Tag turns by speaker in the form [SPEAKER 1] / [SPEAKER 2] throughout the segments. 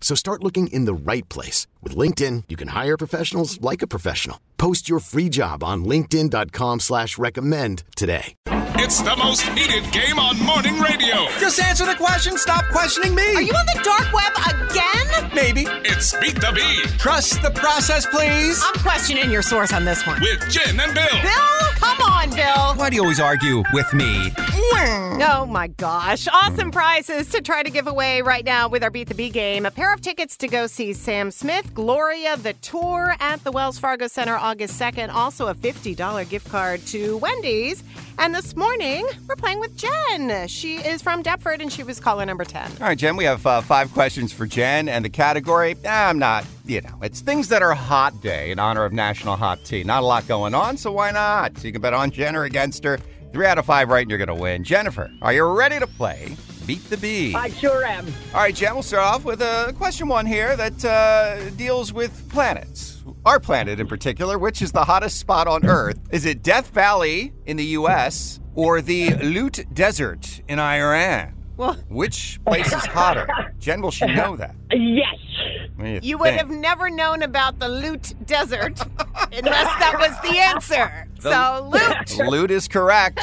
[SPEAKER 1] So start looking in the right place. With LinkedIn, you can hire professionals like a professional. Post your free job on linkedin.com slash recommend today.
[SPEAKER 2] It's the most heated game on morning radio.
[SPEAKER 3] Just answer the question. Stop questioning me.
[SPEAKER 4] Are you on the dark web again?
[SPEAKER 3] Maybe.
[SPEAKER 2] It's Beat the Bee
[SPEAKER 3] Trust the process, please.
[SPEAKER 4] I'm questioning your source on this one.
[SPEAKER 2] with Jen and Bill.
[SPEAKER 4] Bill, come on, Bill.
[SPEAKER 3] Why do you always argue with me?
[SPEAKER 4] Oh my gosh. Awesome prizes to try to give away right now with our Beat the Bee game. A pair of tickets to go see Sam Smith, Gloria, the tour at the Wells Fargo Center August 2nd. Also, a $50 gift card to Wendy's. And this morning, we're playing with Jen. She is from Deptford and she was caller number 10.
[SPEAKER 5] All right, Jen, we have uh, five questions for Jen, and the category, eh, I'm not, you know, it's things that are hot day in honor of National Hot Tea. Not a lot going on, so why not? So you can bet on Jen or against her. Three out of five right, and you're going to win. Jennifer, are you ready to play Beat the Bee?
[SPEAKER 6] I sure am.
[SPEAKER 5] All right, Jen, we'll start off with a question one here that uh, deals with planets. Our planet in particular, which is the hottest spot on Earth? Is it Death Valley in the U.S. or the Lut Desert in Iran?
[SPEAKER 4] Well-
[SPEAKER 5] which place is hotter? Jen, will she know that?
[SPEAKER 6] Yes.
[SPEAKER 5] What do
[SPEAKER 4] You would
[SPEAKER 5] think?
[SPEAKER 4] have never known about the Loot Desert unless that was the answer. so, Loot.
[SPEAKER 5] Loot is correct.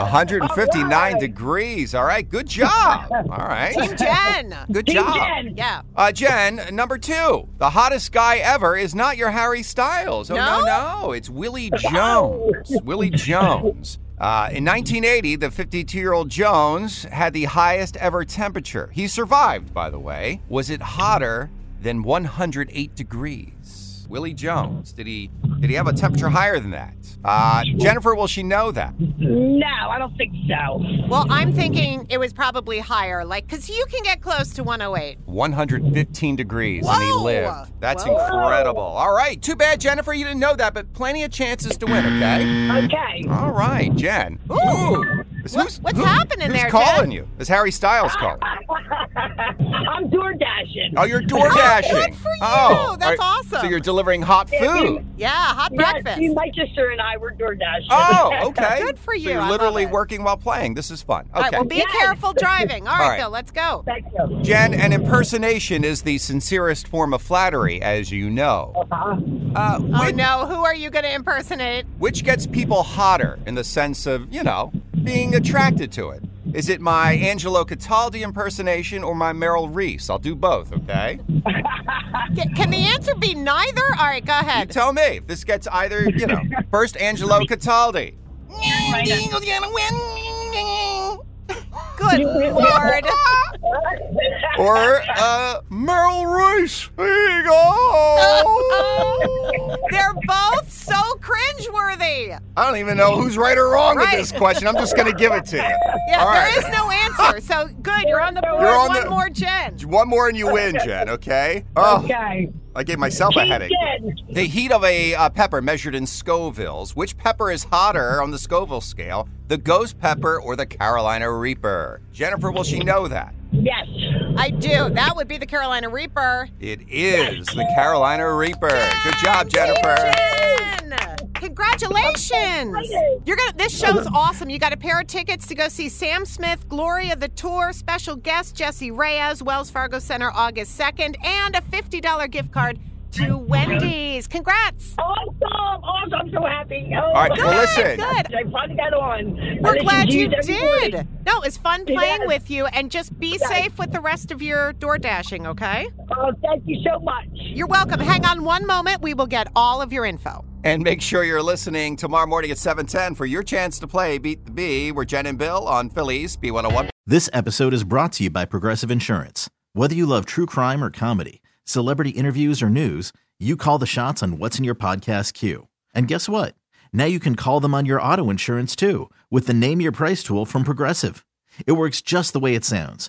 [SPEAKER 5] 159
[SPEAKER 6] Alright.
[SPEAKER 5] degrees. All right, good job. All right,
[SPEAKER 4] Jen.
[SPEAKER 5] good
[SPEAKER 6] Team
[SPEAKER 5] job.
[SPEAKER 6] Jen.
[SPEAKER 4] Yeah.
[SPEAKER 5] Uh, Jen, number two, the hottest guy ever is not your Harry Styles. Oh, no, no. It's Willie Jones. Willie Jones. Uh, in 1980, the 52 year old Jones had the highest ever temperature. He survived, by the way. Was it hotter than 108 degrees? Willie Jones. Did he did he have a temperature higher than that? Uh, Jennifer, will she know that?
[SPEAKER 6] No, I don't think so.
[SPEAKER 4] Well, I'm thinking it was probably higher, like, because you can get close to 108.
[SPEAKER 5] 115 degrees and he
[SPEAKER 4] Whoa!
[SPEAKER 5] lived. That's
[SPEAKER 4] Whoa.
[SPEAKER 5] incredible. All right. Too bad, Jennifer, you didn't know that, but plenty of chances to win, okay?
[SPEAKER 6] Okay.
[SPEAKER 5] All right, Jen. Ooh. Is-
[SPEAKER 4] What- what's happening
[SPEAKER 5] who's
[SPEAKER 4] there,
[SPEAKER 5] calling
[SPEAKER 4] Jen?
[SPEAKER 5] you? Is Harry Styles calling?
[SPEAKER 6] I'm door dashing.
[SPEAKER 5] Oh, you're door dashing. Oh,
[SPEAKER 4] good for you.
[SPEAKER 5] all
[SPEAKER 4] That's
[SPEAKER 5] right. So
[SPEAKER 4] awesome.
[SPEAKER 5] you're delivering hot food.
[SPEAKER 4] Yeah, hot
[SPEAKER 6] Yes, me,
[SPEAKER 4] breakfast.
[SPEAKER 6] my sister and I were door dashing.
[SPEAKER 5] Oh, okay.
[SPEAKER 4] Good for you.
[SPEAKER 5] So
[SPEAKER 4] I
[SPEAKER 5] you're
[SPEAKER 4] love
[SPEAKER 5] literally
[SPEAKER 4] it.
[SPEAKER 5] working while playing. This is fun.
[SPEAKER 4] All right,
[SPEAKER 5] Okay.
[SPEAKER 4] well, be
[SPEAKER 6] Yes.
[SPEAKER 4] careful driving. All
[SPEAKER 5] All
[SPEAKER 4] right,
[SPEAKER 5] right.
[SPEAKER 4] Bill, let's go.
[SPEAKER 6] Thank you.
[SPEAKER 5] Jen, an impersonation is the sincerest form of flattery, as you know.
[SPEAKER 6] Uh,
[SPEAKER 5] Uh,
[SPEAKER 4] Oh,
[SPEAKER 5] which-
[SPEAKER 4] no. Who are you going to impersonate?
[SPEAKER 5] Which gets people hotter in the sense of, you know, being attracted to it? Is it my Angelo Cataldi impersonation or my Meryl Reese? I'll do both, okay?
[SPEAKER 4] Ca- Can the answer be neither? All right, go
[SPEAKER 5] You
[SPEAKER 4] ahead.
[SPEAKER 5] tell me if this gets either, you know, first Angelo Cataldi.
[SPEAKER 4] Good Lord.
[SPEAKER 5] Or uh, Meryl Reese. There you go.
[SPEAKER 4] Oh, They're both so cringeworthy.
[SPEAKER 5] I don't even know who's right or wrong
[SPEAKER 4] Right.
[SPEAKER 5] with this question. I'm just going to give it to you.
[SPEAKER 4] Yeah,
[SPEAKER 5] All
[SPEAKER 4] there
[SPEAKER 5] right.
[SPEAKER 4] is no answer. So, good. You're on the board.
[SPEAKER 5] You're on
[SPEAKER 4] One
[SPEAKER 5] the-
[SPEAKER 4] more, Jen.
[SPEAKER 5] One more and you win, Jen, okay? Oh,
[SPEAKER 6] okay.
[SPEAKER 5] I gave myself a headache.
[SPEAKER 6] Jen.
[SPEAKER 5] The heat of a uh, pepper measured in Scovilles. Which pepper is hotter on the Scoville scale, the ghost pepper or the Carolina Reaper? Jennifer, will she know that?
[SPEAKER 6] Yes.
[SPEAKER 4] I do. That would be the Carolina Reaper.
[SPEAKER 5] It is the Carolina Reaper. Good job, Jennifer.
[SPEAKER 4] Jen! Congratulations! You're gonna. This show's awesome. You got a pair of tickets to go see Sam Smith, Gloria the Tour, special guest Jesse Reyes, Wells Fargo Center, August second, and a fifty dollar gift card to Wendy's. Congrats!
[SPEAKER 6] Awesome. Awesome. I'm so happy. Oh,
[SPEAKER 5] All right,
[SPEAKER 6] my
[SPEAKER 5] well,
[SPEAKER 6] God.
[SPEAKER 5] listen.
[SPEAKER 4] Good.
[SPEAKER 6] I finally got on.
[SPEAKER 4] We're glad you did.
[SPEAKER 6] Everybody.
[SPEAKER 4] No, it's fun playing
[SPEAKER 6] Yes.
[SPEAKER 4] with you, and just be safe with the rest of your door dashing. Okay?
[SPEAKER 6] Oh, thank you so much.
[SPEAKER 4] You're welcome. Hang on one moment. We will get all of your info.
[SPEAKER 5] And make sure you're listening tomorrow morning at 710 for your chance to play Beat the Bee. We're Jen and Bill on Phillies B101.
[SPEAKER 7] This episode is brought to you by Progressive Insurance. Whether you love true crime or comedy, celebrity interviews or news, you call the shots on what's in your podcast queue. And guess what? Now you can call them on your auto insurance too with the Name Your Price tool from Progressive. It works just the way it sounds.